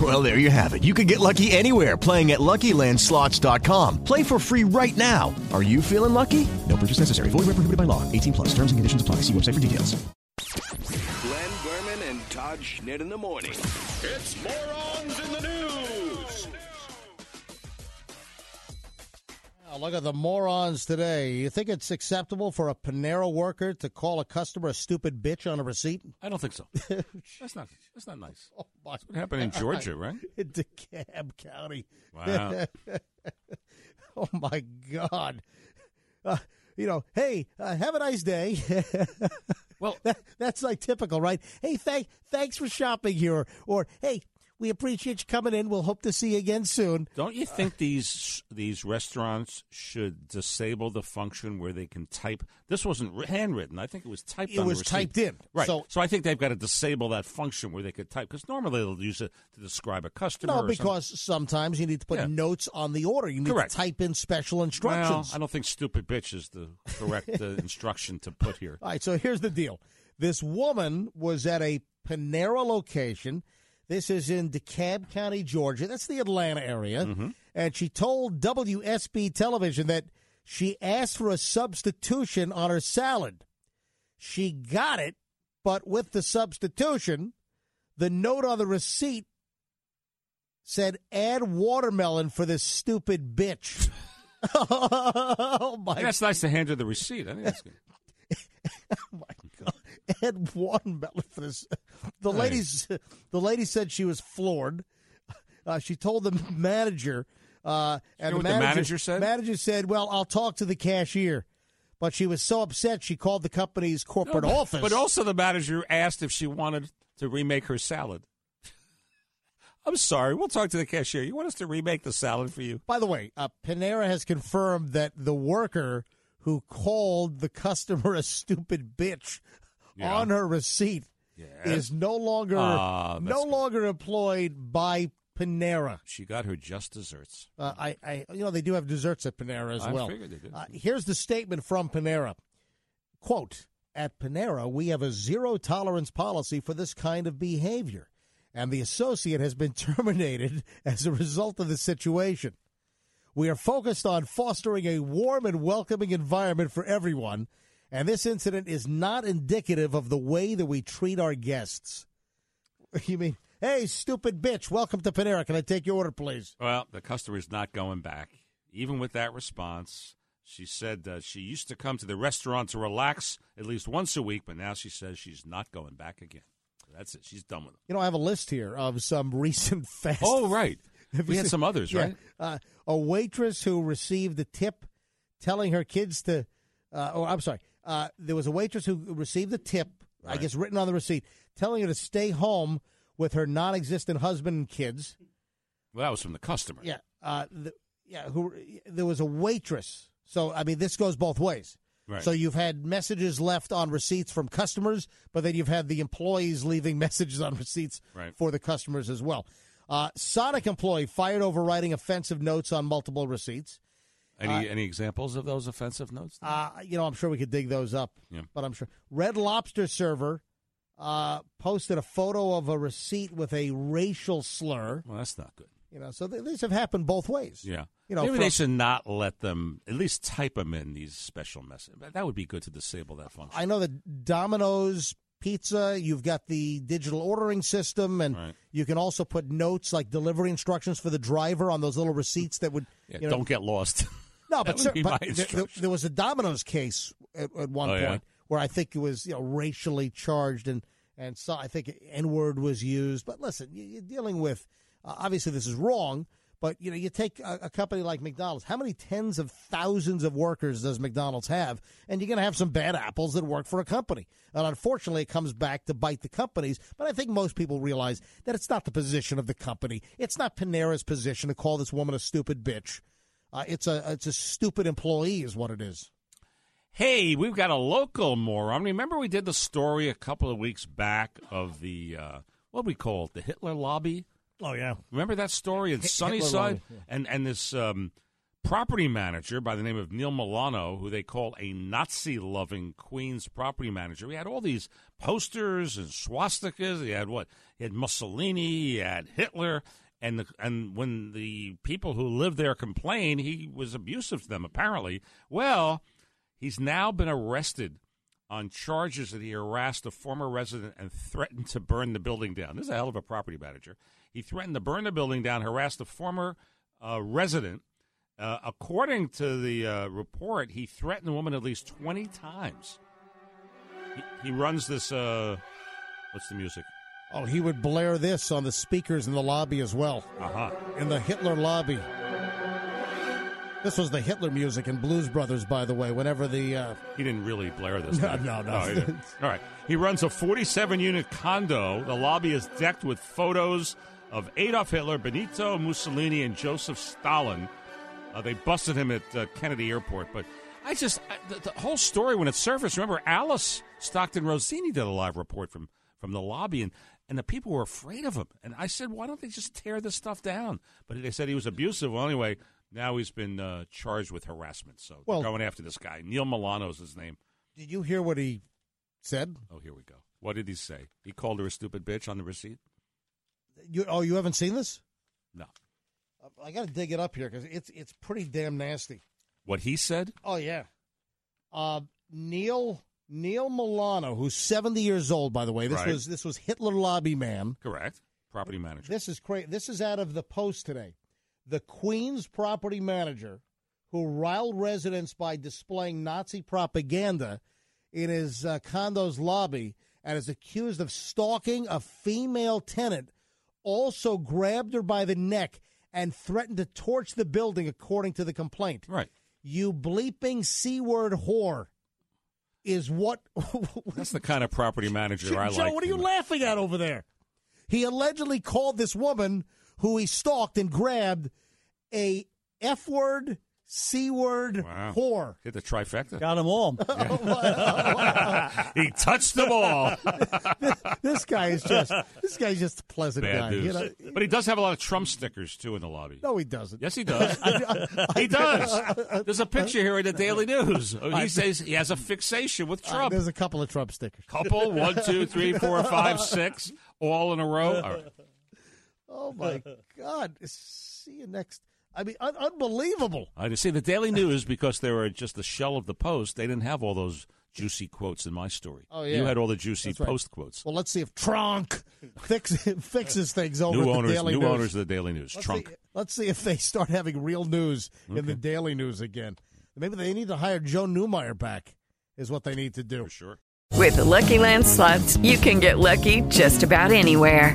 Well, there you have it. You can get lucky anywhere playing at LuckyLandSlots.com. Play for free right now. Are you feeling lucky? No purchase necessary. Void where prohibited by law. 18 plus. Terms and conditions apply. See website for details. Glenn Berman and Todd Schnitt in the morning. It's morons in the news. Now, look at the morons today. You think it's acceptable for a Panera worker to call a customer a stupid bitch on a receipt? I don't think so. that's not. That's not nice. Oh my That's what happened in Georgia, right? In DeKalb County. Wow. oh my God. Uh, you know, hey, uh, have a nice day. Well- that, that's like typical, right? Hey, thank, thanks for shopping here, or, hey, we appreciate you coming in. We'll hope to see you again soon. Don't you think these these restaurants should disable the function where they can type? This wasn't wri- handwritten. I think it was typed. It on the was receipt. typed in. Right. So- So, I think they've got to disable that function where they could type because normally they'll use it to describe a customer. No, or something. because sometimes you need to put Yeah. notes on the order. You need Correct. to type in special instructions. Well, I don't think "stupid bitch" is the correct uh, instruction to put here. All right, so here's the deal. This woman was at a Panera location. This is in DeKalb County, Georgia. That's the Atlanta area. And she told WSB television that she asked for a substitution on her salad. She got it, but with the substitution, the note on the receipt said, add watermelon for this stupid bitch. oh, my And that's nice to hand her the receipt. I think that's good. Oh my god! Ed watermelon for this. The Nice. ladies, the lady said she was floored. Uh, she told the manager, uh, and know what the manager said? Manager said, "Well, I'll talk to the cashier," but she was so upset she called the company's corporate office. But also, the manager asked if she wanted to remake her salad. I'm sorry. We'll talk to the cashier. You want us to remake the salad for you? by the way, uh, Panera has confirmed that the worker who called the customer a stupid bitch Yeah. on her receipt is no longer Ah, that's no good. longer employed by Panera. She got her just desserts. Uh, I, I, you know, they do have desserts at Panera as I well. figured they did. Uh, here's the statement from Panera: "Quote At Panera, we have a zero tolerance policy for this kind of behavior, and the associate has been terminated as a result of the situation. We are focused on fostering a warm and welcoming environment for everyone, and this incident is not indicative of the way that we treat our guests." You mean, hey, stupid bitch, welcome to Panera. Can I take your order, please? Well, the customer is not going back. Even with that response, she said uh, she used to come to the restaurant to relax at least once a week, but now she says she's not going back again. So that's it. She's done with it. You know, I have a list here of some recent fast. Oh, right. Have we you had seen- some others, Yeah. right? Uh, a waitress who received a tip telling her kids to, uh, or I'm sorry, uh, there was a waitress who received a tip, I Right. guess written on the receipt, telling her to stay home with her non existent husband and kids. Well, that was from the customer. Yeah. Uh, the, yeah. Who? There was a waitress. So I mean, this goes both ways. Right. So you've had messages left on receipts from customers, but then you've had the employees leaving messages on receipts Right. for the customers as well. Uh, Sonic employee fired over writing offensive notes on multiple receipts. Any any examples of those offensive notes? Uh, you know, I'm sure we could dig those up, Yeah. but I'm sure Red Lobster server uh, posted a photo of a receipt with a racial slur. well, that's not good. You know, so th- these have happened both ways. Yeah. You know, Maybe they from- should not let them at least type them in these special messages. That would be good to disable that function. I know that Domino's Pizza, you've got the digital ordering system, and Right. you can also put notes like delivery instructions for the driver on those little receipts that would. Yeah, you know, don't get lost. No, but, that would cer- be but my th- th- there, instruction. was a Domino's case at, at one Oh, point yeah? where I think it was you know racially charged, and and so I think N word was used. But listen, you- you're dealing with uh, obviously this is wrong. But you know, you take a, a company like McDonald's. How many tens of thousands of workers does McDonald's have? And you're going to have some bad apples that work for a company. And unfortunately, it comes back to bite the companies. But I think most people realize that it's not the position of the company. It's not Panera's position to call this woman a stupid bitch. Uh, it's a it's a stupid employee, is what it is. Hey, we've got a local moron. Remember, we did the story a couple of weeks back of the uh, what we call it, the Hitler lobby. Oh yeah. Remember that story in Sunnyside, and and this um, property manager by the name of Neil Milano, who they call a Nazi-loving Queens property manager. He had all these posters and swastikas. He had what? He had Mussolini. He had Hitler. And the, and when the people who lived there complained, he was abusive to them. Apparently, well, he's now been arrested on charges that he harassed a former resident and threatened to burn the building down. This is a hell of a property manager. He threatened to burn the building down, harassed a former uh, resident. Uh, according to the uh, report, he threatened the woman at least 20 times. He, he runs this. Uh, what's the music? Oh, he would blare this on the speakers in the lobby as well, Uh-huh. in the Hitler lobby. This was the Hitler music in Blues Brothers, by the way. Whenever the uh, He didn't really blare this. No, did he? no, no. he didn't. All right. He runs a 47 unit condo. The lobby is decked with photos of Adolf Hitler, Benito Mussolini, and Joseph Stalin. Uh, they busted him at uh, Kennedy Airport. But I just, I, the, the whole story when it surfaced, remember Alice Stockton Rossini did a live report from, from the lobby, and, and the people were afraid of him. And I said, why don't they just tear this stuff down? But they said he was abusive. Well, anyway. Now he's been uh, charged with harassment, so they're Well- going after this guy. Neil Milano's his name. did you hear what he said? Oh, here we go. What did he say? He called her a stupid bitch on the receipt? You, oh, you haven't seen this? No. I got to dig it up here because it's it's pretty damn nasty. What he said? Oh yeah, uh, Neil Neil Milano, who's seventy years old, by the way. This Right. was this was Hitler lobby man. Correct. Property manager. This is crazy. This is out of the Post today. The Queen's property manager, who riled residents by displaying Nazi propaganda in his uh, condo's lobby and is accused of stalking a female tenant, also grabbed her by the neck and threatened to torch the building, according to the complaint. Right. You bleeping C word whore is what. That's the kind of property manager I like. Joe, what are you laughing at over there? He allegedly called this woman who he stalked and grabbed a F word, C word Wow. whore. Hit the trifecta. Got them all. he touched the ball. This guy is just this guy's just a pleasant guy. Bad you news. know? But he does have a lot of Trump stickers, too, in the lobby. No, he doesn't. Yes, he does. he does. There's a picture here in the Daily News. He says he has a fixation with All right, Trump. there's a couple of Trump stickers. Couple, one, two, three, four, five, six, all in a row. All right. Oh my God! See you next. I mean, un- unbelievable. I just see the Daily News because they were just the shell of the Post. They didn't have all those juicy quotes in my story. Oh, yeah. you had all the juicy That's right. Post quotes. Well, let's see if Trunk fix, fixes things over new at the owners, Daily new News. owners of the Daily News. Trunk. See, let's see if they start having real news in the Daily News again. Maybe they need to hire Joe Newmeyer back. Is what they need to do. for sure. With the Lucky Land slots, you can get lucky just about anywhere.